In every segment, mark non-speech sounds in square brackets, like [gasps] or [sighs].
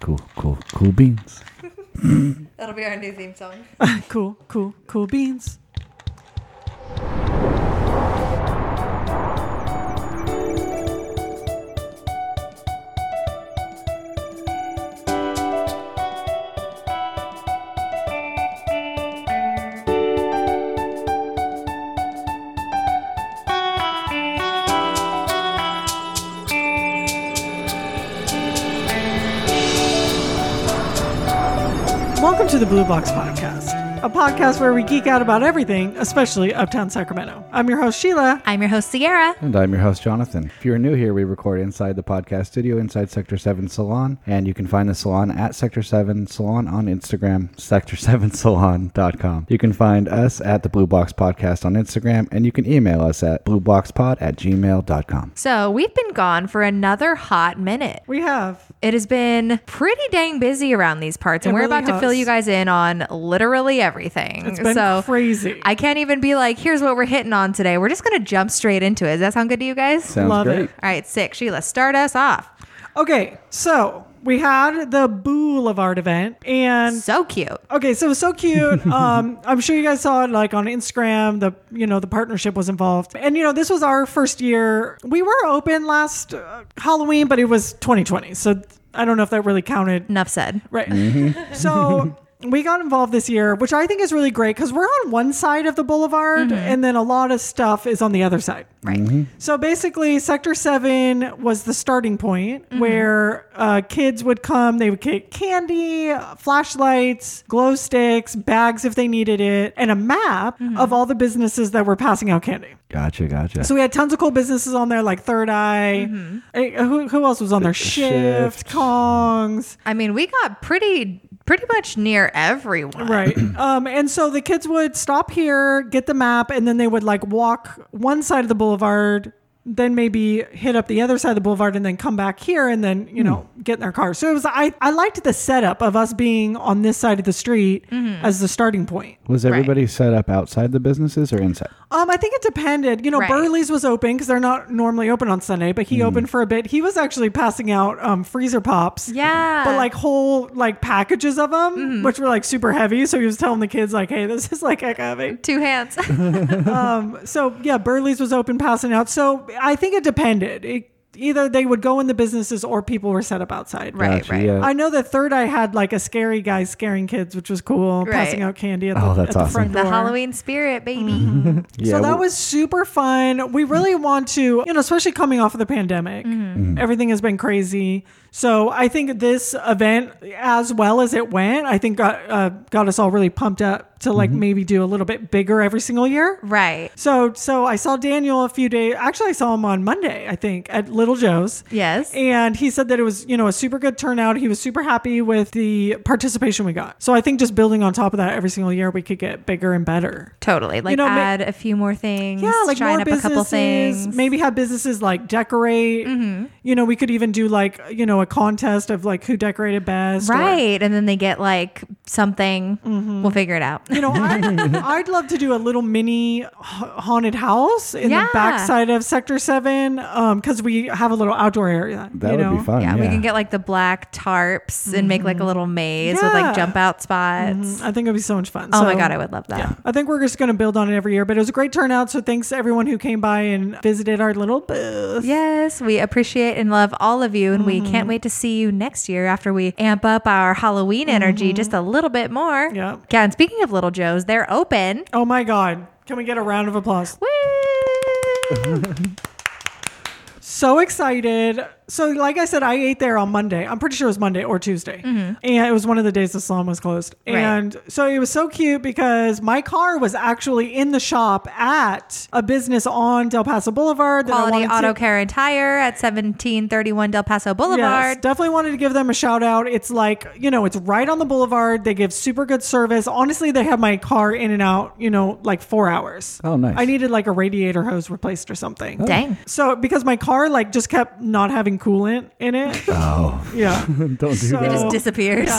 Cool, cool, cool beans. That'll be our new theme song. cool, cool, cool beans. Welcome to the Blue Box Podcast, a podcast where we geek out about everything, especially Uptown Sacramento. I'm your host, Sheila. I'm your host, Sierra. And I'm your host, Jonathan. If you're new here, we record inside the podcast studio inside Sector 7 Salon. And you can find the salon at Sector 7 Salon on Instagram, sector7salon.com. You can find us at the Blue Box Podcast on Instagram, and you can email us at blueboxpod at gmail.com. So we've been gone for another hot minute. We have It has been pretty dang busy around these parts, and It we're really about to fill has. you guys in on literally everything. It's been so crazy. I can't even be like, here's what we're hitting on today. We're just gonna jump straight into it. Does that sound good to you guys? Sounds Love great. it. All right, sick. Sheila, start us off. Okay, so we had the Boulevard event, and So cute. okay, so it was so cute. Um, I'm sure you guys saw it like on Instagram. The you know the partnership was involved, and you know this was our first year. We were open last uh, Halloween, but it was 2020, so I don't know if that really counted. Enough said. Right. [laughs] so we got involved this year, which I think is really great because we're on one side of the boulevard and then a lot of stuff is on the other side. Right. So basically, Sector 7 was the starting point where uh, kids would come. They would get candy, flashlights, glow sticks, bags if they needed it, and a map of all the businesses that were passing out candy. Gotcha, gotcha. So we had tons of cool businesses on there, like Third Eye. Eh, who, who else was on there? Shift, Shift. Kongs. I mean, we got pretty pretty much near everyone. [clears throat] Right. um, and so the kids would stop here, get the map, and then they would like walk one side of the boulevard, then maybe hit up the other side of the boulevard and then come back here and then, Hmm. you know, get in their car. So it was I, I liked the setup of us being on this side of the street Mm-hmm. as the starting point. was everybody set up outside the businesses or inside? Um, I think it depended. You know, Right. Hmm. Burley's was open because they're not normally open on Sunday, but he opened for a bit. He was actually passing out um, freezer pops. Yeah. Mm-hmm. but like whole like packages of them, which were like super heavy. So he was telling the kids like, "Hey, this is like heck heavy." two [laughs] hands. [laughs] So yeah, Burley's was open passing out. So I think it depended. It, either they would go in the businesses or people were set up outside. Right, Gotcha, right. yeah. I know the third eye had like a scary guy scaring kids, which was cool, Right. passing out candy at the, Oh, that's at the awesome. front the door. Halloween spirit, baby. Mm-hmm. Yeah, so that well- was super fun. We really want to, you know, especially coming off of the pandemic, Mm-hmm. Mm-hmm. everything has been crazy. So I think this event, as well as it went, I think got uh, got us all really pumped up to Mm-hmm. like maybe do a little bit bigger every single year. Right. So so I saw Daniel a few days. Actually, I saw him on Monday, I think, at Little Joe's. Yes. And he said that it was, you know, a super good turnout. He was super happy with the participation we got. So I think just building on top of that every single year, we could get bigger and better. Totally. Like know, ma- add a few more things. Yeah, like shine more up a couple businesses. Mm-hmm. things. Maybe have businesses like decorate. You know, we could even do like you know a contest of like who decorated best. or- Right. And then they get like something. Mm-hmm. We'll figure it out. you know, [laughs] I'd, I'd love to do a little mini ha- haunted house in Yeah. the backside of Sector Seven because we have a little outdoor area. that you would know? be fun. [laughs] yeah, Yeah, we can get like the black tarps and make like a little maze with Mm-hmm. Yeah. like jump out spots. I think it'd be so much fun. Oh my So, god, I would love that. yeah. I think we're just going to build on it every year, but it was a great turnout. So thanks to everyone who came by and visited our little booth. Yes, we appreciate and love all of you, and we Mm-hmm. can't wait to see you next year after we amp up our Halloween energy Mm-hmm. just a little bit more. Yep. Yeah, and speaking of Little Joe's, they're open. Oh my God. Can we get a round of applause? Woo! So excited. So, like I said, I ate there on Monday. I'm pretty sure it was Monday or Tuesday. And it was one of the days the salon was closed. Mm-hmm. Right. And so it was so cute because my car was actually in the shop at a business on Del Paso Boulevard. that I Quality wanted to- Auto Care and Tire at 1731 Del Paso Boulevard. Yes, definitely wanted to give them a shout out. It's like, you know, it's right on the boulevard. They give super good service. Honestly, they have my car in and out, you know, like four hours. Oh, nice. Oh. I needed like a radiator hose replaced or something. Dang. So because my car like just kept not having having coolant in it. [laughs] Oh, [laughs] Yeah. don't do So- It that. just disappears.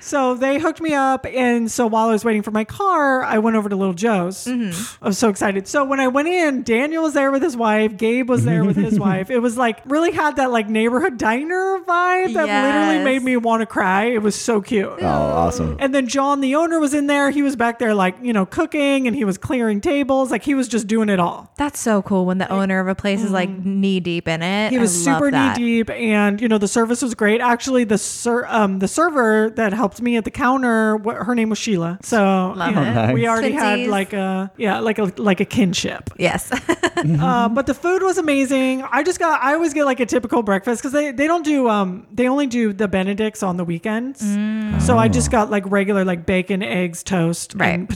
So they hooked me up. And so while I was waiting for my car, I went over to Little Joe's. I was so excited. So when I went in, Daniel was there with his wife. Gabe was there with his wife. It was like really had that like neighborhood diner vibe that literally Yes. made me want to cry. It was so cute. oh, [laughs] awesome. And then John, the owner, was in there. He was back there, like, you know, cooking and he was clearing tables. Like, he was just doing it all. That's so cool when the owner of a place is like knee deep in it. Mm. He I was love super knee that. deep, and you know the service was great. Actually, the ser- um the server that helped me at the counter, wh- her name was Sheila. So Love you know, it. Nice. we already had Twinsies. like a yeah, like a like a kinship. Yes. [laughs] Uh, but the food was amazing. I just got I always get like a typical breakfast because they they don't do um they only do the Benedicts on the weekends. Mm. So I just got like regular like bacon, eggs, toast, Right. Mm-hmm. and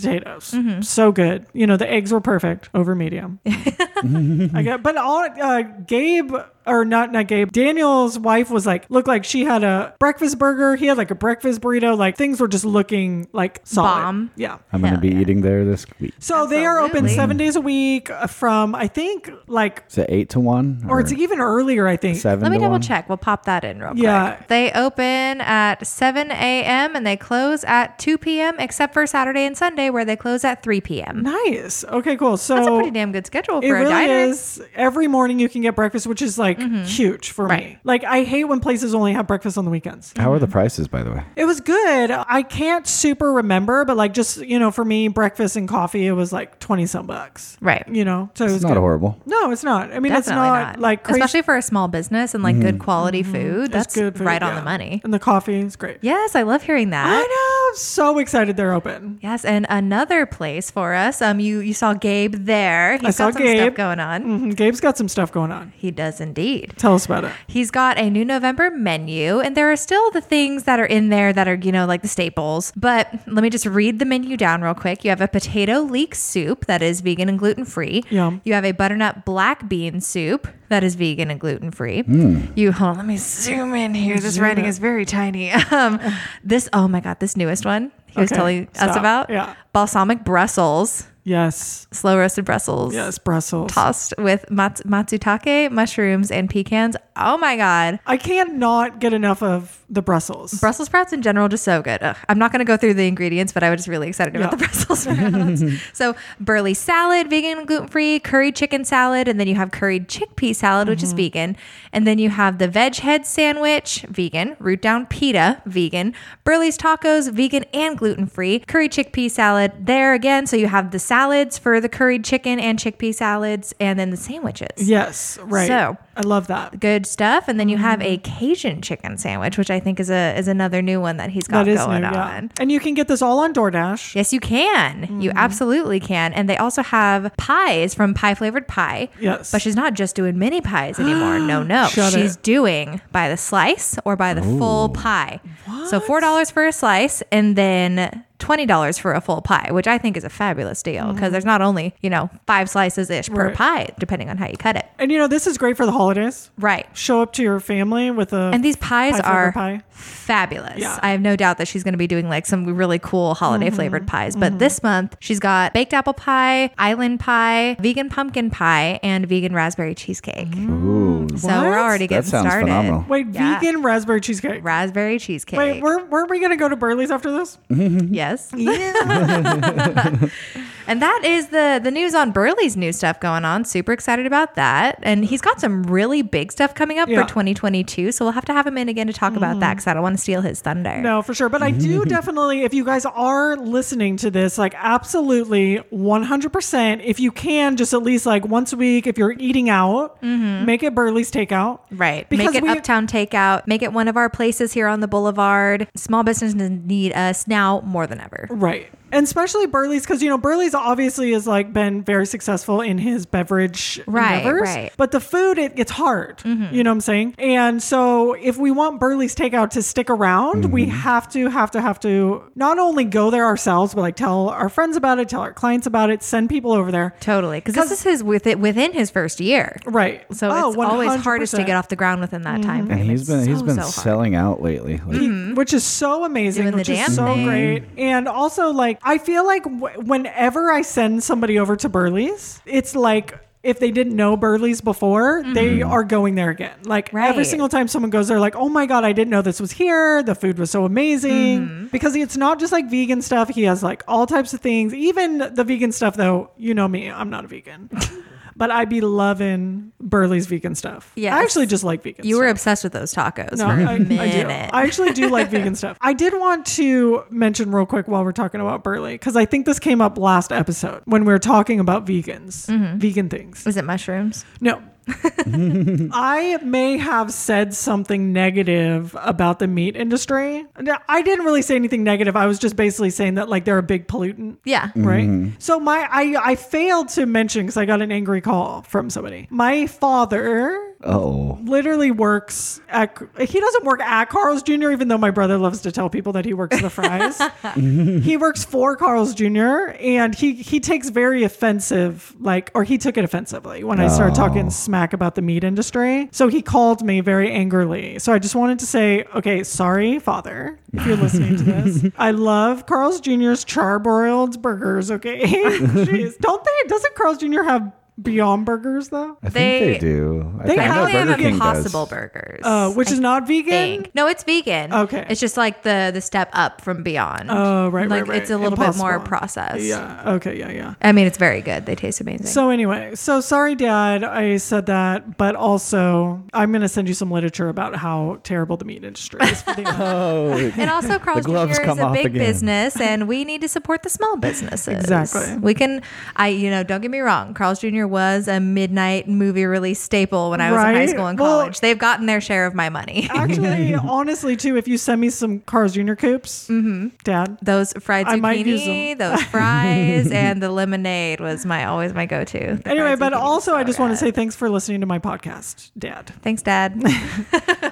potatoes. So good. You know the eggs were perfect [laughs] over medium. I got but all uh, Gabe or not not Gabe Daniel's wife was like looked like she had a breakfast burger. He had like a breakfast burrito. Like things were just looking like solid. Bomb. Yeah. I'm going to Hell be yeah. eating there this week. So they are open Absolutely. seven days a week uh, from I think like Is it 8 to 1? or it's even earlier, I think. 7 Let me to double 1? check. We'll pop that in real Yeah. quick. They open at 7 a.m. and they close at 2 p.m., except for Saturday and Sunday, where they close at 3 p.m. Nice. Okay, cool. So That's a pretty damn good schedule for it a really diner. Mm-hmm. is. Every morning you can get breakfast, which is like huge for me. Right. Like I hate when places only have breakfast on the weekends. How are the prices, by the way? It was good. I can't super remember, but like just you know, for me, breakfast and coffee, it was like twenty some bucks. Right. You know, so it was It's not good. horrible. No, it's not. I mean, it's Definitely not, like crazy. Mm-hmm. especially for a small business and like good quality food. It's That's good food, right on yeah. the money. And the coffee is great. Yes, I love hearing that. I know. I'm so excited they're open. Yes, and another place for us. Um, you you saw Gabe there. He's saw got some Gabe. stuff going on. Mhm. Gabe's got some stuff going on. He does indeed. Tell us about it. He's got a new November menu, and there are still the things that are in there that are, you know, like the staples. But let me just read the menu down real quick. You have a potato leek soup that is vegan and gluten free. Yum. You have a butternut black bean soup that is vegan and gluten free. You hold on, let me zoom in here. This writing is very tiny. [laughs] Um, this oh my god, this newest one he was Okay, telling us stop. about Yeah. balsamic Brussels, Yes. slow roasted Brussels Yes, Brussels. tossed with mats- matsutake, mushrooms, and pecans. Oh my God. I cannot get enough of the Brussels. Brussels sprouts in general, just so good. Ugh. I'm not going to go through the ingredients, but I was really excited about the Yeah. [laughs] Brussels sprouts. so, burley salad, vegan and gluten free, curry chicken salad, and then you have curried chickpea salad, which Mm-hmm. is vegan. And then you have the veg head sandwich, vegan, root down pita, vegan, burley's tacos, vegan and gluten free, curry chickpea salad there again. So, you have the salads for the curried chicken and chickpea salads, and then the sandwiches. Yes, right. So- I love that. good stuff. And then you have a Mm-hmm. Cajun chicken sandwich, which I think is a is another new one that he's got That is new, going yeah. on. And you can get this all on DoorDash. Yes, you can. Mm-hmm. You absolutely can. And they also have pies from Pie Flavored Pie. Yes. But she's not just doing mini pies anymore. no, no. [gasps] Shut she's it. doing by the slice or by the full pie. So $4 for a slice and then $20 for a full pie, which I think is a fabulous deal because there's not only, you know, five slices ish per Mm-hmm. Right. pie, depending on how you cut it. And you know, this is great for the holidays. Right. Show up to your family with a And these pies Pie flavored are pie. fabulous. Yeah. Mm-hmm. I have no doubt that she's going to be doing like some really cool holiday flavored pies. But this month, she's got baked apple pie, island pie, vegan pumpkin pie, and vegan raspberry cheesecake. Ooh. So we're Mm. What? already That getting sounds started. phenomenal. wait, Yeah. vegan raspberry cheesecake. Raspberry cheesecake. Wait, were, weren't we gonna go to Burley's after this? [laughs] yes. and that is the the news on Burley's new stuff going on. Super excited about that. And he's got some really big stuff coming up Yeah. Mm. for 2022. So we'll have to have him in again to talk about that because I don't want to steal his thunder. No, for sure. But [laughs] I do definitely, if you guys are listening to this, like absolutely 100%, if you can, just at least like once a week, if you're eating out, make it Burley's takeout. Mm-hmm. Right. Because make it we- Uptown Takeout. Make it one of our places here on the boulevard. Small businesses need us now more than ever. Right. And especially Burley's, because you know Burley's obviously has like been very successful in his beverage Right, endeavors, right. Mm-hmm. but the food it gets hard. You know what I'm saying? And so if we want Burley's takeout to stick around, we have to have to have to not only go there ourselves, but like tell our friends about it, tell our clients about it, send people over there. Totally. Because this is his with it within his first year. Right. Oh, So it's always hardest to get off the ground within that time frame. And he's It's been he's so, been so hard. Mm. selling out lately. Like, which is so Doing Mm-hmm. amazing, the which damn is so thing. great. And also, like, I feel like w- whenever I send somebody over to Burley's, it's like if they didn't know Burley's before, they are going there again. Like every Mm-hmm. Right. single time someone goes there, like, oh my God, I didn't know this was here. The food was so amazing. Mm-hmm. Because it's not just like vegan stuff. He has like all types of things. Even the vegan stuff, though, you know me, I'm not [laughs] a vegan. but I be loving Burley's vegan stuff. Yeah, I Yes. actually just like vegan You stuff. were obsessed with those tacos No, for a I, I do. minute. I actually do like vegan stuff. I did want to mention real quick while we're talking about Burley, because I think this came up last episode when we were talking about vegans, vegan things. Was it mushrooms? No. I may have said something negative about the meat industry. No, I didn't really say anything negative. I was just basically saying that like they're a big pollutant Yeah. Mm, right? So my I I failed to mention because I got an angry call from somebody. My father Oh. literally works at he doesn't work at Carl's Jr. even though my brother loves to tell people that he works the fries. he works for Carl's Jr. and he he takes very offensive like or he took it offensively when I started talking smack about the meat industry. So he called me very angrily. So I just wanted to say, okay, sorry, father, if you're listening to this. I love Carl's Jr.'s charbroiled burgers, okay? [laughs] Jeez. Don't they doesn't Carl's Jr. have Beyond burgers though? I think they They- do. I they think I know Probably Burger have King [laughs] impossible does. burgers. Uh, which I is not vegan. think. No, it's vegan. Okay. It's just like the the step up from beyond. Oh, right, right, Like right. it's a little bit more Impossible. processed. Yeah. Okay. Yeah. Yeah. I mean, it's very good. They taste amazing. So anyway, so sorry, Dad. I said that, but also I'm gonna send you some literature about how terrible the meat industry [laughs] is. For [laughs] the Oh, and also, Carl's gloves Jr. come is a off big again. business, and we need to support the small businesses. Exactly. We can, I, you know, don't get me wrong. Carl's Jr. was a midnight movie release staple when I was in high Right? school and Well- college. They've gotten their share of my money. Actually, honestly, too, if you send me some Cars Junior coops, Mm-hmm. Dad, [laughs] those fried I might use zucchini, those [laughs] fries, and the lemonade was my always my go-to. The Anyway, fried but zucchini was also, so I just want to good. say thanks for listening to my podcast, Dad. thanks, [laughs] Dad.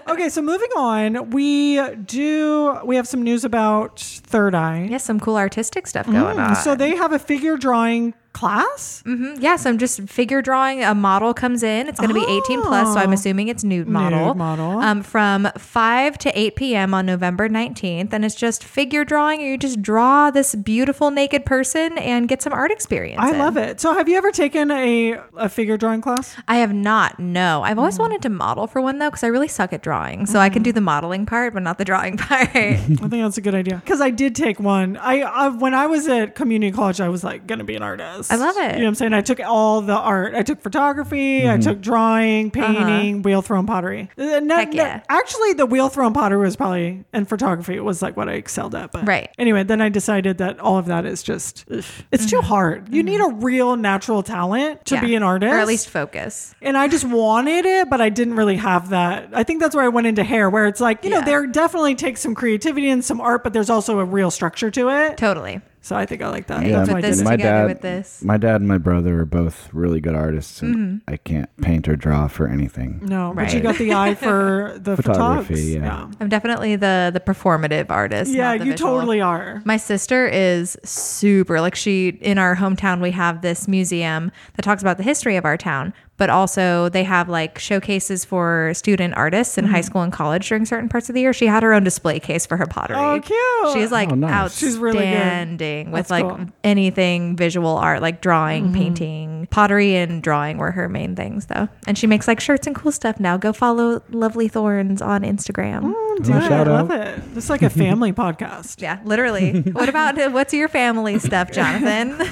Okay, so moving on, we do we have some news about Third Eye. yes, some cool artistic stuff going on. Mm, So they have a figure drawing class. Mhm. Yeah, so I'm just figure drawing. A model comes in. It's going to be 18 plus, so I'm assuming it's nude model. Oh. model. Um, from 5 to 8 p.m. on November 19th, and it's just figure drawing. You just draw this beautiful naked person and get some art experience. I in. love it. So, have you ever taken a a figure drawing [laughs] class? I have not. No, I've Mm. always wanted to model for one though, because I really suck at drawing. So I can do the modeling part, but not the drawing [laughs] [laughs] part. I think that's a good idea because I did take one. I, I when I was at community college, I was like gonna be an artist. I love it. You know what I'm saying? I took all the art. I took photography. Mm-hmm. I took drawing, painting, wheel thrown pottery. Uh, no- Uh-huh. Heck no- yeah. actually, the wheel thrown pottery was probably and photography was like what I excelled at. But Right. Anyway, then I decided that all of that is just ugh, it's too hard. You need a real natural talent to Mm-hmm. Yeah. be an artist, or at least focus. and I just wanted it, but I didn't really have that. I think that's where I went into hair, where it's like, you know, Yeah. there definitely takes some creativity and some art, but there's also a real structure to it. Totally. So I think I like that. Yeah. That's Put why I this did it. My- together dad, with this. Mm-hmm. My dad and my brother are both really good artists, and I can't paint or draw for anything. no, but you Right. got the eye for [laughs] the Photography, photogs. yeah. I'm definitely the the performative artist. Yeah, not the you visual. totally are. My sister is super like she in our hometown we have this museum that talks about the history of our town, but also they have like showcases for student artists in Mm. high school and college during certain parts of the year. She had her own display case for her pottery. Oh, cute. She's like Oh, nice. outstanding She's really good. with That's like cool. Mm-hmm. anything visual art, like drawing, painting, pottery, and drawing were her main things though. And she makes like shirts and cool stuff now. Go follow Lovely Thorns on Instagram. Mm, do Oh, it. I shout love out. it. It's like a [laughs] family podcast. Yeah, [laughs] literally. what about uh, what's your family stuff, Jonathan?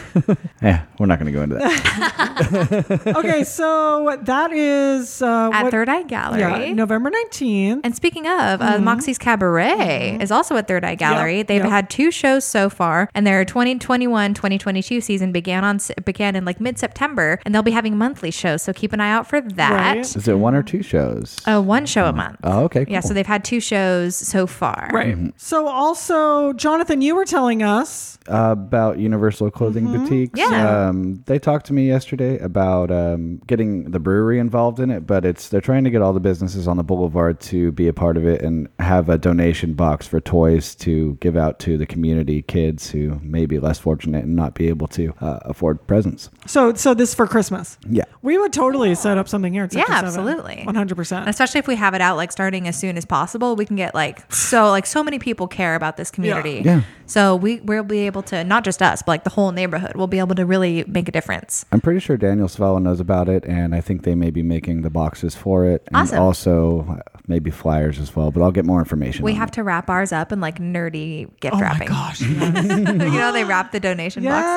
Eh, we're not going to go into [laughs] that. Okay, so that is uh, at what- Third Eye Gallery. yeah, November 19th. And speaking of, uh, Moxie's Cabaret is also at Third Eye Gallery. They've Mm-hmm. yep. had two shows so far, and their 2021 2022 season began on s- began in like mid September, and they'll be having monthly shows. So keep an eye out for that. Right. Is it one or two shows? Uh, one show a month. Oh, okay, Yeah, cool. so they've had two shows so far. Right. Mm-hmm. So also, Jonathan, you were telling us about Universal Clothing Boutiques. Mm-hmm. Yeah. Um, they talked to me yesterday about um, getting the brewery involved in it, but it's they're trying to get all the businesses on the boulevard to be a part of it and have a donation box for toys to give out to the community kids who may be less fortunate and not be able to uh, afford presents. So, so this for Christmas. Yeah. We would totally set up something here. At Yeah, Sector Seven. absolutely. one hundred percent. Especially if we have it out like starting as soon as possible, we we can get like so like so many people care about this community. Yeah. So we we'll be able to not just us, but like the whole neighborhood. We'll be able to really make a difference. I'm pretty sure Daniel Savella knows about it, and I think they may be making the boxes for it, and Awesome. also uh, maybe flyers as well. But I'll get more information. We on have to wrap ours up in like nerdy gift Oh my wrapping. [laughs] gosh. you know, they wrap the donation boxes.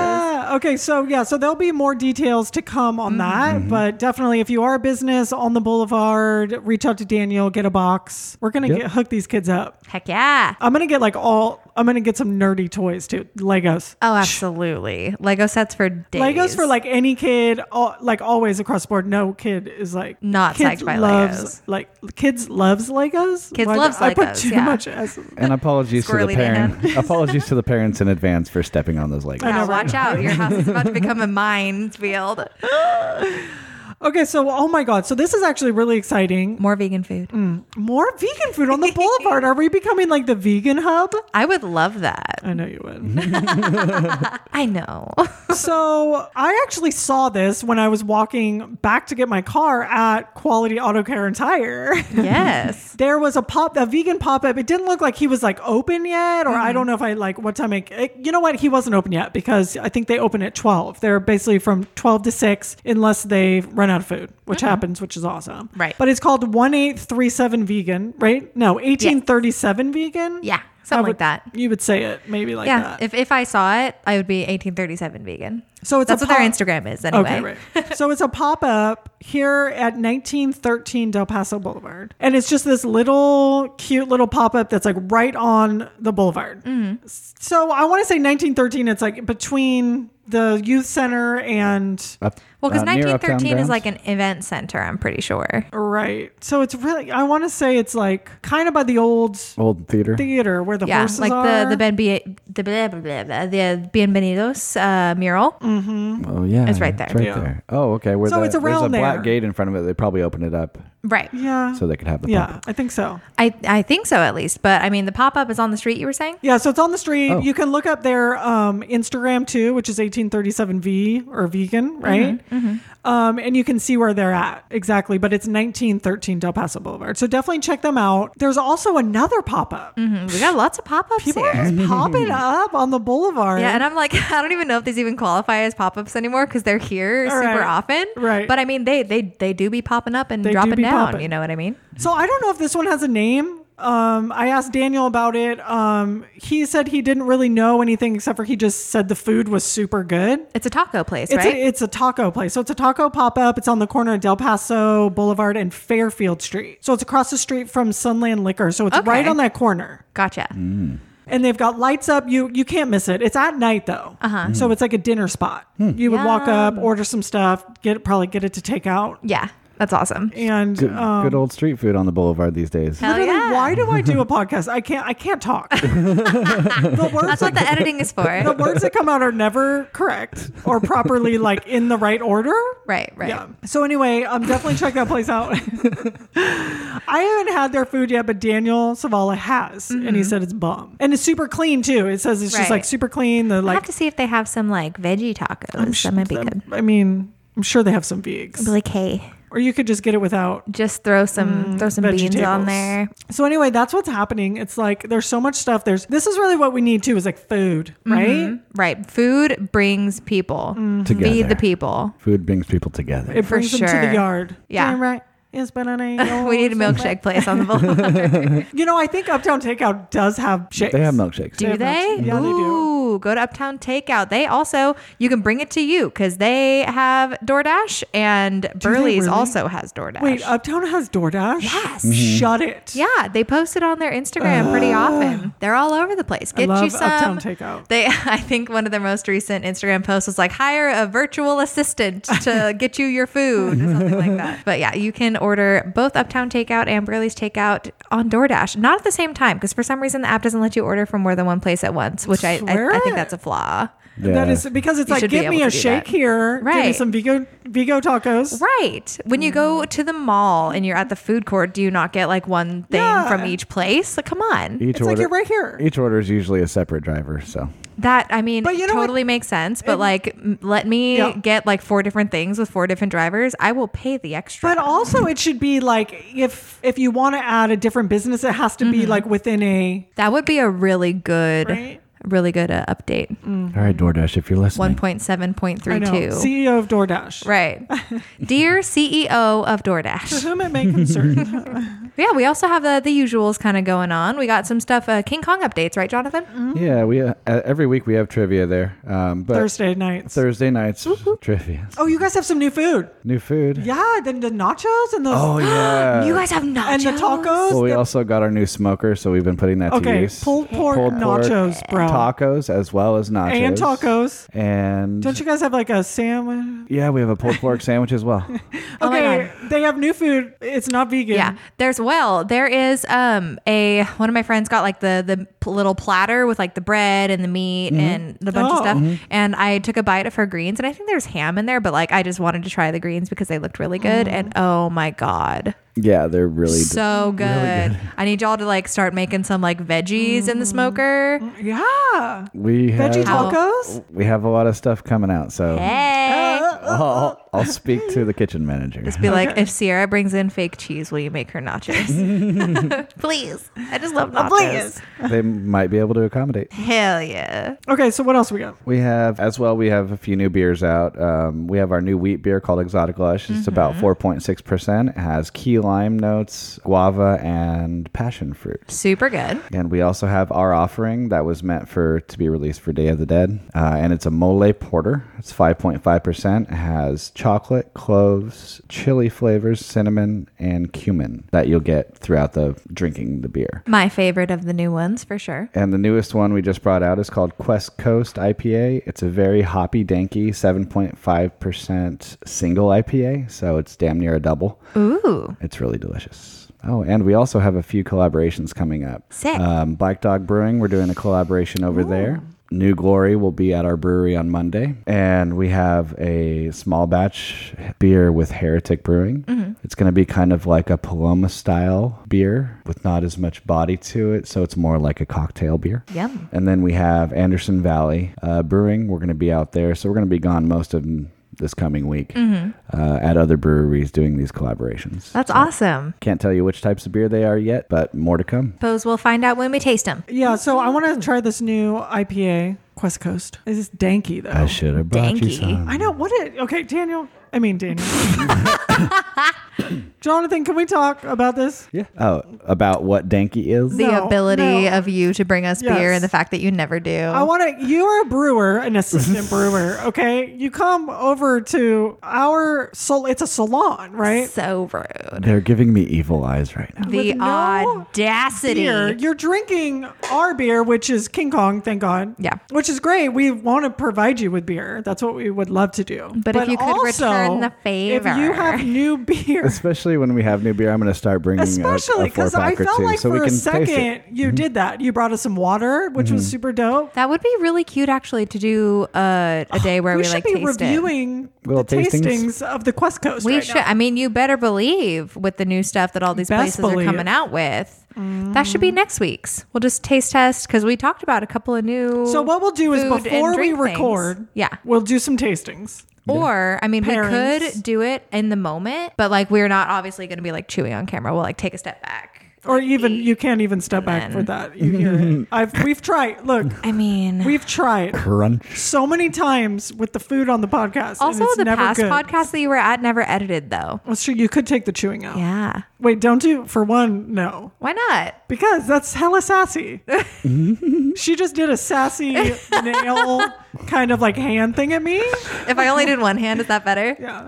Yeah. Okay. So yeah. So there'll be more details to come Mm-hmm. on that, but definitely if you are a business on the boulevard, reach out to Daniel, get a box. We're gonna Yep. get hook these kids up. Heck yeah. I'm gonna get like all. I'm gonna get some nerdy toys too. Legos. Oh, absolutely. Lego sets for days. Legos for like any kid, all, like always across the board. No kid is like Not kids psyched by loves, Like kids loves Legos. Kids Why do- loves I put Legos, too yeah. much S. it. And apologies to the Squirrely Dan. [laughs] parent. apologies to the parents in advance for stepping on those legs. Yeah, know, right? watch out. Your house is about to [laughs] become a minefield. Okay, so oh my god, so this is actually really exciting. More vegan food. More vegan food on the boulevard. Are we becoming like the vegan hub? I would love that. I know you would. I know. so I actually saw this when I was walking back to get my car at Quality Auto Care and Tire. [laughs] [laughs] yes. there was a pop, a vegan pop up. It didn't look like he was like open yet, or Mm-hmm. I don't know if I like what time. I, it, you know what? He wasn't open yet because I think they open at twelve. They're basically from twelve to six, unless they run out of food, which happens, which is awesome. Right. But it's called one eight three seven vegan, right? No, eighteen thirty seven vegan. Yeah, I something like would- that. You would say it maybe like yeah. that. If, if I saw it, I would be 1837 vegan. So it's That's a what their pop- Instagram is anyway. right. so it's a pop up here at 1913 Del Paso Boulevard. And it's just this little cute little pop up that's like right on the boulevard. Mm. So I want to say 1913, it's like between the youth center and. Up- Well, because uh, near Uptown 1913 is Grounds. like an event center, I'm pretty sure. Right. So it's really, I want to say it's like kind of by the old old theater. theater where the Yeah, horses like are. the the ben Be- the blah, blah, blah, blah, the Bienvenidos uh, mural. Mm, oh yeah, It's right It's there. right Yeah. there. Oh okay. Where So the, it's there's around a there. black gate in front of it. They probably opened it up Right. yeah. so they could have the pop. yeah, I think so. I I think so at least, but I mean the pop up is on the street. You were saying? Yeah, so it's on the street. Oh. You can look up their um, Instagram too, which is 1837V or Mm-hmm, vegan, right? Um, and you can see where they're at exactly. But it's 1913 Del Paso Boulevard. So definitely check them out. There's also another pop up. Mm, We got lots of pop ups People here. are just popping up on the boulevard. Yeah, and I'm like, [laughs] I don't even know if these even qualify as pop ups anymore because they're here All super right. often. Right. But I mean, they they they do be popping up and They do dropping be down. popping. You know what I mean? So I don't know if this one has a name. Um, I asked Daniel about it. Um, he said he didn't really know anything except for he just said the food was super good. It's a taco place, It's right? a, it's a taco place. So it's a taco pop up. It's on the corner of Del Paso Boulevard and Fairfield Street. So it's across the street from Sunland Liquor. So it's Okay. right on that corner. gotcha. And they've got lights up. You you can't miss it. It's at night though. Uh-huh. So it's like a dinner spot. Hmm. You would walk up, order some stuff, get it, probably get it to take out. Yeah, that's awesome. And Good, um, good old street food on the boulevard these days. Hell literally, yeah. why do [laughs] I do a podcast? I can't I can't talk. the words That's what the [laughs] editing is the for. words that come out are never correct or properly like in the right order. Right, right. Yeah. So anyway, um, definitely check that [laughs] place out. I haven't had their food yet, but Daniel Savala has, and he said it's bomb, and it's super clean too. It says it's just Mm-hmm. Right. like super clean. The I have like, to see if they have some like veggie tacos. that might be good. I mean, I'm sure they have some vegs, Be like, hey, or you could just get it without. just throw some Mm, throw some beans on vegetables. there. So anyway, that's what's happening. It's like there's so much stuff. There's this is really what we need too is like food, Mm-hmm. right? Right. Food brings people. Mm. Together. Feed the people. Food brings people together. It brings them to sure. the yard. Yeah. Damn right. It's banana. [laughs] We need a milkshake place on the [laughs] boulevard. You know, I think Uptown Takeout does have shakes. they have milkshakes. do they? milkshake. Yeah, they do. Ooh, go to Uptown Takeout. They also you can bring it to you because they have DoorDash and Burley's really? also has DoorDash. Wait, Uptown has DoorDash? Mm-hmm. Yes. Shut it. yeah, they post it on their Instagram pretty often. They're all over the place. Get you love some Uptown Takeout. They, [laughs] I think one of their most recent Instagram posts was like, "Hire a virtual assistant [laughs] to get you your food," or something like that. But yeah, you can order both Uptown Takeout and Burley's Takeout on DoorDash, not at the same time, because for some reason the app doesn't let you order from more than one place at once, which I, Swear I, I think it. that's a flaw. Yeah. That is because it's You like, should be give me able a to do shake that. here. Give me Right. some Vigo, Vigo tacos. Right. When you go Mm. to the mall and you're at the food court, do you not get like one thing Yeah. from each place? Like, come on. each It's like you're right here. Each order is usually a separate driver, so That I mean, But you know what? totally makes sense. But It- like, m- let me Yeah. get like four different things with four different drivers. I will pay the extra. But also, it should be like if if you want to add a different business, it has to be Mm-hmm. like within a that would be a really good, Right? Mm. really good uh, update. Mm-hmm. All right, DoorDash, if you're One listening, point seven point I three know, two. CEO of DoorDash. Right, [laughs] dear CEO of To DoorDash. [laughs] whom it may concern. Yeah, we also have the the usuals kind of going on. We got some stuff, uh, King Kong updates, right, Jonathan? Mm-hmm. yeah, we uh, every week we have trivia there. Um, [laughs] but Thursday nights. Thursday nights trivia, oh, you guys have some new food. new food. Yeah, then the nachos and those. Oh yeah. [gasps] Oh, you guys have nachos Mm. and the tacos. Well, we They're- also got our new smoker, so we've been putting that to okay, use. pulled pork Pulled pork, nachos, bro. tacos as well as nachos and tacos. And Don't you guys have like a sandwich? yeah, we have a pulled pork sandwich as [laughs] well. Oh my Okay, they have new food. It's not vegan. Yeah, there's well, there is um a one of my friends got like the the p- little platter with like the bread and the meat and the bunch of Oh. stuff, and I took a bite of her greens, and I think there's ham in there, but like I just wanted to try the greens because they looked really good, and oh my god, Yeah, they're really d- so good. I need y'all to like start making some like veggies in the smoker. Mm-hmm. Yeah. we have Veggie How- tacos? we have a lot of stuff coming out, so Hey. I'll, I'll speak to the kitchen manager. Just be like, if Sierra brings in fake cheese, will you make her nachos? [laughs] please. I just love nachos. please. they might be able to accommodate. Hell yeah. Okay, so what else we got? We have as well. We have a few new beers out. Um, we have our new wheat beer called Exotic Lush. It's about four point six percent. It has key lime notes, guava, and passion fruit. Super good. And we also have our offering that was meant for to be released for Day of the Dead, uh, and it's a mole porter. It's 5.5%. It has chocolate, cloves, chili flavors, cinnamon, and cumin that you'll get throughout the drinking the beer. My favorite of the new ones for sure. And the newest one we just brought out is called Quest Coast IPA. It's a very hoppy, danky, 7.5% single IPA, so it's damn near a double. Ooh. It's really delicious. Oh, and we also have a few collaborations coming up. Sick. Um, Black Dog Brewing, we're doing a collaboration over there. New Glory will be at our brewery on Monday. And we have a small batch beer with Heretic Brewing. Mm-hmm. It's going to be kind of like a Paloma style beer with not as much body to it. So it's more like a cocktail beer. Yum. And then we have Anderson Valley uh, Brewing. We're going to be out there. So we're going to be gone most of this coming week Mm-hmm. uh, at other breweries doing these collaborations. That's awesome. Can't tell you which types of beer they are yet, but more to come. Suppose we'll find out when we taste them. Yeah, so I want to try this new IPA, Quest Coast. It's just danky though. should have brought you Danky. some. I know what it. Okay, Daniel. I mean Daniel. [laughs] Jonathan, can we talk about this? Yeah. Oh, about what Danky is? The No, ability no. of you to bring us beer Yes. and the fact that you never do. I want to. You are a brewer, an assistant brewer. Okay, you come over to our sol. It's a salon, right? so rude. They're giving me evil eyes right now. The no audacity. Beer. You're drinking our beer, which is King Kong. Thank God. Yeah. Which is great. We want to provide you with beer. That's what we would love to do. But if you could return the if you favor. have [laughs] new beer, Especially when we have new beer, I'm going to start bringing especially because because I felt two, like so we for a can taste it. Mm-hmm. second you did that. You brought us some water, which was super dope. That would be really cute, actually, to do uh, a day where [sighs] we we, should like be taste it. reviewing the Little tastings. tastings. of the Quest Coast. We right should. now. I mean, you better believe with the new stuff that all these Best places believe. Mm. are coming out with. That should be next week's. We'll just taste test because we talked about a couple of new. So what we'll do is food and before we drink things. record, yeah. we'll do some tastings. Or I mean, we Pairings. could do it in the moment, but like we're not obviously going to be like chewing on camera. We'll like take a step back. Or even you can't even step back for that. You hear [laughs] it. I've we've tried. Look, I mean, we've tried Crunch. so many times with the food on the podcast. and also it's the never past good. podcast that you were at never edited though. Well, sure, you could take the chewing out. Yeah, Wait, don't do for one. No, why not? because that's [laughs] hella sassy. she just did a sassy nail kind of like hand thing at me. If I only did one hand, is that better? Yeah,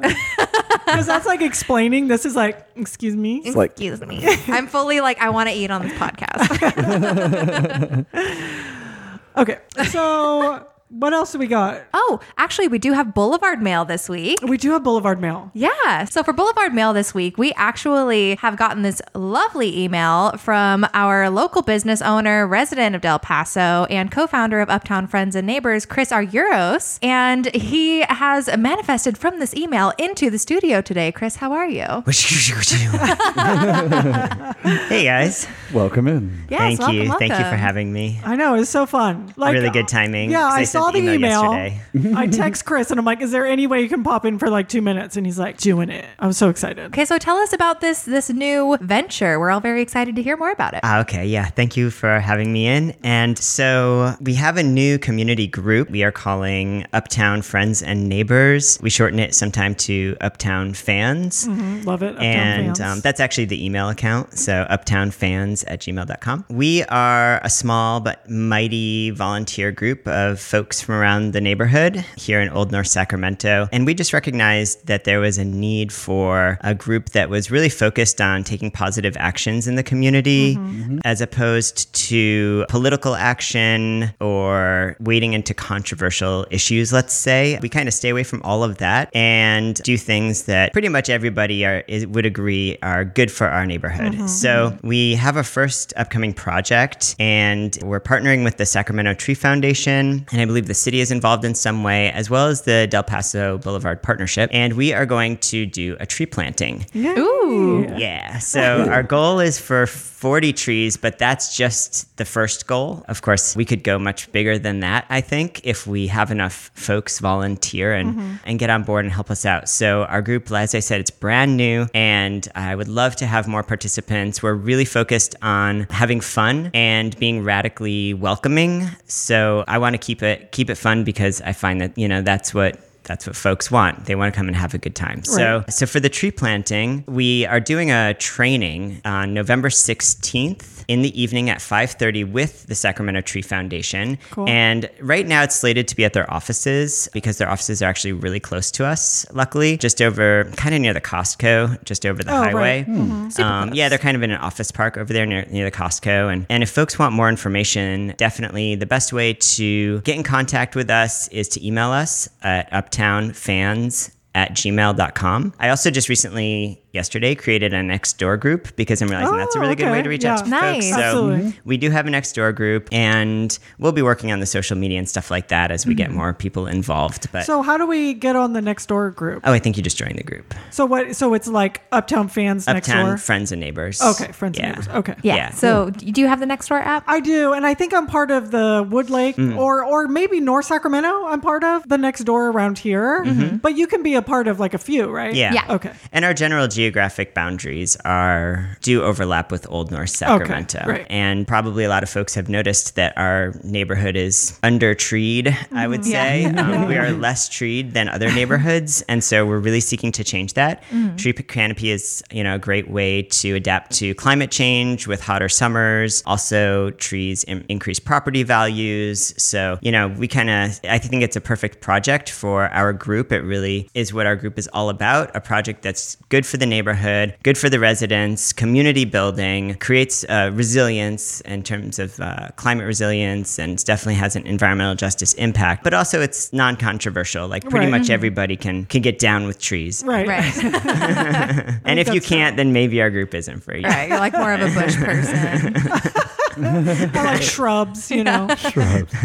because that's like explaining. This is like, excuse me. like- Excuse [laughs] me. I'm fully like I want to eat on this podcast. Okay. So What else do we got? [laughs] Oh, actually, we do have Boulevard Mail this week. We do have Boulevard Mail. Yeah. So for Boulevard Mail this week, we actually have gotten this lovely email from our local business owner, resident of Del Paso, and co founder of Uptown Friends and Neighbors, Chris Arguros. And he has manifested from this email into the studio today. Chris, how are [laughs] you? hey guys. Welcome in. Yes, Thank welcome, you. Thank you for welcome. having me. I know it's so fun. Like really good timing. Yeah, 'cause I, saw sent the email. yesterday. [laughs] I text Chris and I'm like, "Is there any way you can pop in for like two minutes?" And he's like, "Doing it." I'm so excited. Okay, so tell us about this this new venture. We're all very excited to hear more about it. Ah, okay, yeah. Thank you for having me in. And so we have a new community group we are calling Uptown Friends and Neighbors. We shorten it sometime to Uptown Fans. Mm-hmm. Mm-hmm. Love it. Uptown and fans. um, that's actually the email account so uptownfans at gmail.com we are a small but mighty volunteer group of folks from around the neighborhood here in old north sacramento and we just recognized that there was a need for a group that was really focused on taking positive actions in the community Mm-hmm. as opposed to political action or wading into controversial issues let's say we kind of stay away from all of that and do things that pretty much everybody are, is, would agree are good for our neighborhood. So we have a first upcoming project, and we're partnering with the Sacramento Tree Foundation, and I believe the city is involved in some way, as well as the Del Paso Boulevard Partnership. And we are going to do a tree planting. Yay. Ooh. Yeah. So our goal is for 40 trees, but that's just the first goal. Of course, we could go much bigger than that, I think, if we have enough folks volunteer and, and get on board and help us out. So our group, as I said, it's brand new and I would love to have more participants. We're really focused on having fun and being radically welcoming. So I want to keep it keep it fun because I find that, you know, that's what that's what folks want. They want to come and have a good time. So, so for the tree planting, we are doing a training on November 16th in the evening at 5:30 with the Sacramento Tree Foundation. Cool. And right now it's slated to be at their offices because their offices are actually really close to us, luckily, just over kind of near the Costco, just over the Oh, right. highway. Super Um, close. yeah, they're kind of in an office park over there near, near the Costco. And, and if folks want more information, definitely the best way to get in contact with us is to email us at uptownfans at gmail.com. I also just recently, yesterday, created a next door group because I'm realizing that's a Oh, really good okay. way to reach out to Yeah. Nice. folks. So Absolutely. we do have a next door group and we'll be working on the social media and stuff like that as we get more people involved. But Mm-hmm. So how do we get on the next door group? oh, I think you just joined the group. So what? So it's like Uptown fans Uptown next door. Friends and Neighbors. okay, friends Yeah. and neighbors. Okay. Yeah. Yeah. So do you have the next door app? I do, and I think I'm part of the Wood Lake Mm. or or maybe North Sacramento. I'm part of the next door around here, but you can be a part of like a few, right? Mm-hmm. Yeah. Yeah. Okay. [laughs] And our general geographic boundaries are do overlap with Old North Sacramento. right. And probably a lot of folks have noticed that our neighborhood is under treed, I would say. Um, we are less treed than other neighborhoods. And so we're really seeking to change that. Tree canopy is, you know, a great way to adapt to climate change with hotter summers. Also, trees in- increase property values. So, you know, we kind of, I think it's a perfect project for our group. It really is what our group is all about a project that's good for the neighborhood, good for the residents, community building, creates uh, resilience in terms of uh, climate resilience, and definitely has an environmental justice impact. But also, it's non controversial. Like, pretty Right. Mm-hmm. much everybody can, can get down with trees. Right. [laughs] Right. And if you that's can't, then maybe our group isn't for you. right. You're like more [laughs] of a bush person. I like [laughs] shrubs, you know. Shrubs. [laughs]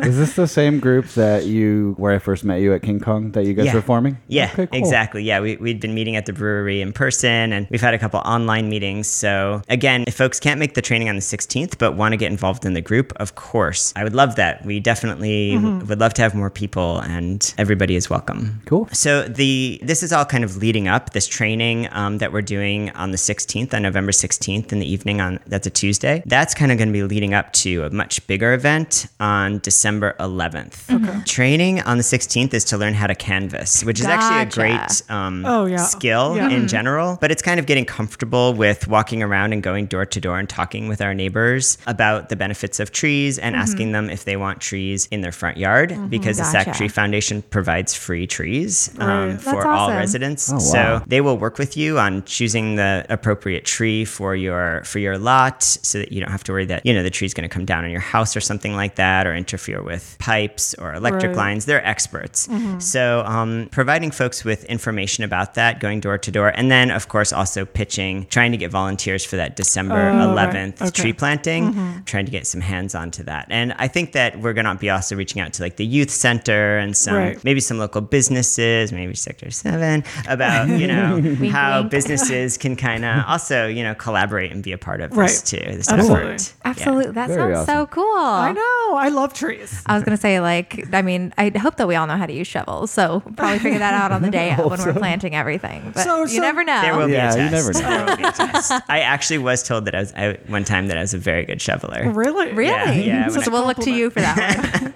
Is this the same group that you, where I first met you at King Kong, that you guys Yeah. were forming? Yeah, Okay, cool. exactly. Yeah, we, we'd been meeting at the brewery in person and we've had a couple online meetings. So, again, if folks can't make the training on the 16th but want to get involved in the group, of course, I would love that. We definitely w- would love to have more people and everybody is welcome. Cool. So the this is all kind of leading up this training um, that we're doing on the 16th on November 16th in the evening on that's a Tuesday. That's kind of going to be leading up to a much bigger event on December 11th. Training on the 16th is to learn how to canvas, which is actually a Gotcha. Mm-hmm. great um, Oh, yeah. skill Yeah. in general. But it's kind of getting comfortable with walking around and going door to door and talking with our neighbors about the benefits of trees Mm-hmm. and asking them if they want trees in their front yard because the Sac Gotcha. Tree Foundation provides free trees um, Right. for That's all awesome. residents. Oh, wow. So they will work with you on choosing the appropriate tree for your for your lot, so that you don't have to worry that, you know, the tree's going to come down on your house or something like that or interfere with pipes or electric Right. Mm-hmm. lines. They're experts. So um, providing folks with information about that, going door to door. And then, of course, also pitching, trying to get volunteers for that December Oh, right. 11th Okay. Mm-hmm. tree planting, trying to get some hands on to that. And I think that we're going to be also reaching out to like the youth center and some Right. um, maybe some local businesses, maybe Sector 7, about, you know, how wink. businesses can kind of also, you know, collaborate and be a part of this Right. too. This Absolutely. effort. Yeah. Absolutely. That Very sounds so awesome. cool. I know. I love trees. I was gonna say, like, I mean, I hope that we all know how to use shovels, so we'll probably figure that out on [laughs] the day when we're planting everything. But So- you so- never know. There will Yeah, be a you test. never know. There will be a test. I actually was told that I was I, one time that I was a very good shoveler. Really? really? Yeah, yeah, when so I- we'll look to you for that one.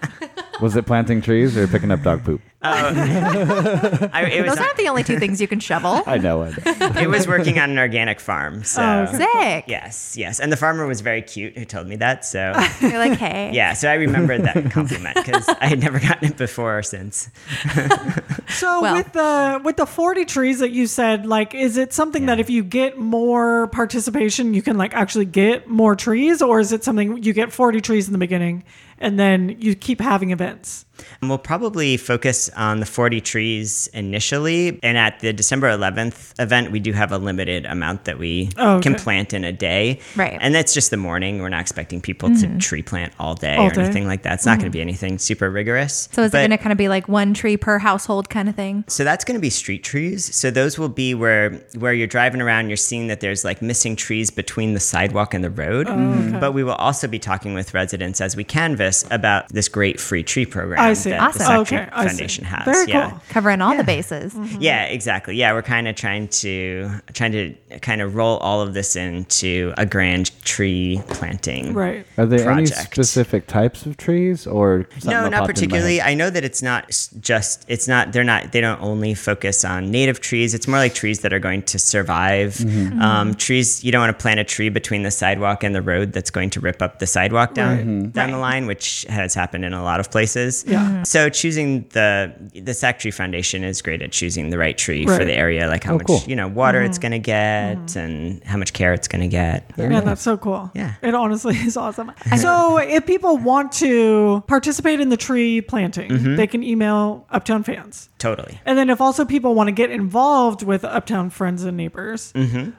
Was it planting trees or picking up dog poop? Um, I, it was Those aren't the only two things you can [laughs] shovel. I know it. it was working on an organic farm. So Sick. yes, yes, and the farmer was very cute who told me that. So You're like, hey. [laughs] yeah, so I remembered that compliment because I had never gotten it before or since. [laughs] So Well- with the with the 40 trees that you said, like is it something that if you get more participation, you can like actually get more trees or is it something you get 40 trees in the beginning and then you keep having events? And We'll probably focus on the 40 trees initially. And at the December 11th event, we do have a limited amount that we Oh, okay. can plant in a day. Right. And that's just the morning. We're not expecting people to tree plant all day Mm-hmm. All or day. Mm. anything like that. It's not going to be anything super rigorous. So is But- it gonna kind of be like one tree per household kind of thing? so that's going to be street trees. So those will be where where you're driving around, you're seeing that there's like missing trees between the sidewalk and the road. Oh, But we will also be talking with residents as we canvas about this great free tree program I see. that Awesome. the Sac Okay, I see. Foundation has. Very yeah. Mm-hmm. cool. Covering all the bases. Yeah, exactly. Yeah, we're kind of trying to trying to kind of roll all of this into a grand tree planting. Right. Are there any Project. specific types of trees or something No, that popped into not my head? particularly. I know that it's not s- just it's not they're not they don't only focus on native trees. It's more like trees that are going to survive. Mm-hmm. Mm-hmm. Um, trees you don't want to plant a tree between the sidewalk and the road that's going to rip up the sidewalk down Mm-hmm. down the line, which has happened in a lot of places. Yeah. Mhm. So choosing the the Sac Tree Foundation is great at choosing the right tree for Right. the area, like how much Oh, cool. you know water Mm-hmm. it's going to get and how much care it's going to get. Man, that's so cool. Yeah. It honestly [laughs] is awesome. so if people want to participate in the tree planting, Mm-hmm. they can email Uptown Fans. Totally. And then if also people want to get involved with Uptown Friends and Neighbors,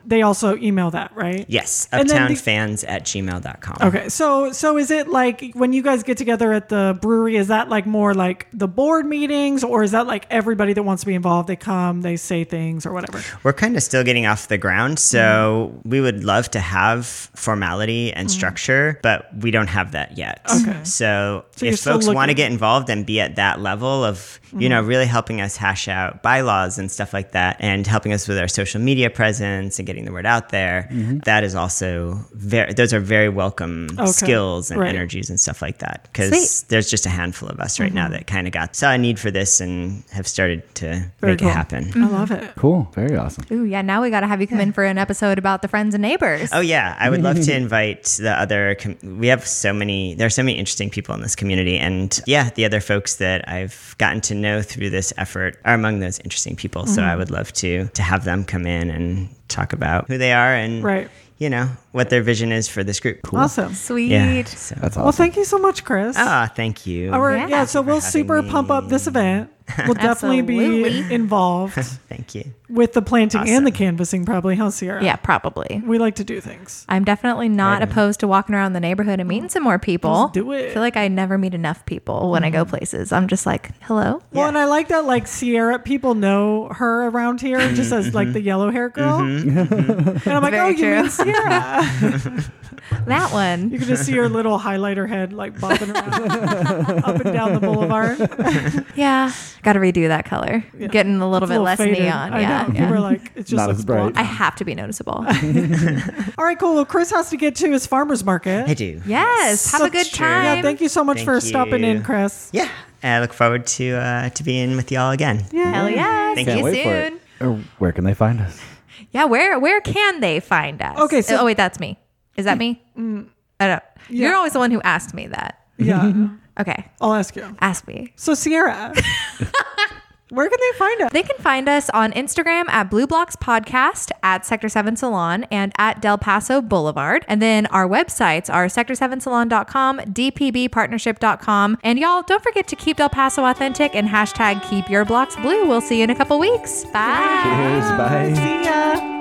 they also email that, right? Mm-hmm. Yes, And then the- uptownfans at gmail.com. Okay, so so is it like when you guys get together at the brewery? Is that like more like the board meetings, or is that like everybody that wants to be involved? They come, they say things, or whatever. We're kind of still getting off the ground, so we would love to have formality and structure, but we don't have that yet. Okay. So, you're if still folks want to looking- Mm-hmm. get involved and be at that level of, you know, really helping us hash out bylaws and stuff like that and helping us with our social media presence and getting the word out there, that is also very those are very welcome Okay. skills and Right. energies and stuff like that Sweet. cuz there's just a handful of us right now Mm-hmm. that kind of got saw a need for this and have started to Very make cool. it happen. I love it. Cool. Very awesome. Ooh, yeah. Now we got to have you come in for an episode about the friends and neighbors. [laughs] Oh yeah, I would love to invite the other. Com- we have so many. There are so many interesting people in this community, and yeah, the other folks that I've gotten to know through this effort are among those interesting people. So Mm-hmm. I would love to to have them come in and talk about who they are and Right. you know what their vision is for this group. Cool. Awesome. Sweet. Yeah. So. That's awesome. Well, thank you so much, Chris. Ah, thank you. All right, Yeah. yeah. So we'll super pump up this event. [laughs] We'll definitely be Absolutely. [laughs] involved Thank you. with the planting Awesome. and the canvassing, probably. Huh, Sierra? Yeah, probably. We like to do things. I'm definitely not opposed to walking around the neighborhood and meeting some more people. Let's do it. I feel like I never meet enough people when I go Mm-hmm. places. I'm just like, hello. Well, Yeah. and I like that, like, Sierra, people know her around here Mm-hmm, just as, like, the yellow hair girl. And I'm like, Very oh, you true. mean Sierra. That [laughs] You one. can just see her little highlighter head like bobbing around [laughs] up and down the boulevard. A Yeah. Got to redo that color. Getting a little bit less neon. I yeah. know. yeah. People are like, it's just Not looks as bright. blonde. I have to be [laughs] noticeable. All right, cool. Well, Chris has to get to his farmer's market. I do. Yes. Have a That's good true. time. Yeah, thank you so much Thank for stopping in, you. Chris. Yeah, I look forward to uh, to being with y'all again. Hell yeah. Thank See you. you Can't wait for soon. it. Or where can they find us? Yeah. Where Where can they find us? Okay, so- Mm. oh, wait. That's me. Is that me? I don't. You're always the one who asked me that. [laughs] Yeah, Okay. I'll ask you. [laughs] Ask me. So, Sierra, Where can they find us? They can find us on Instagram at Blue Blocks Podcast, at Sector 7 Salon, and at Del Paso Boulevard. And then our websites are sector7salon.com, dpbpartnership.com. And y'all, don't forget to keep Del Paso authentic and hashtag keep your blocks blue. We'll see you in a couple weeks. Bye. Cheers. Bye. See ya.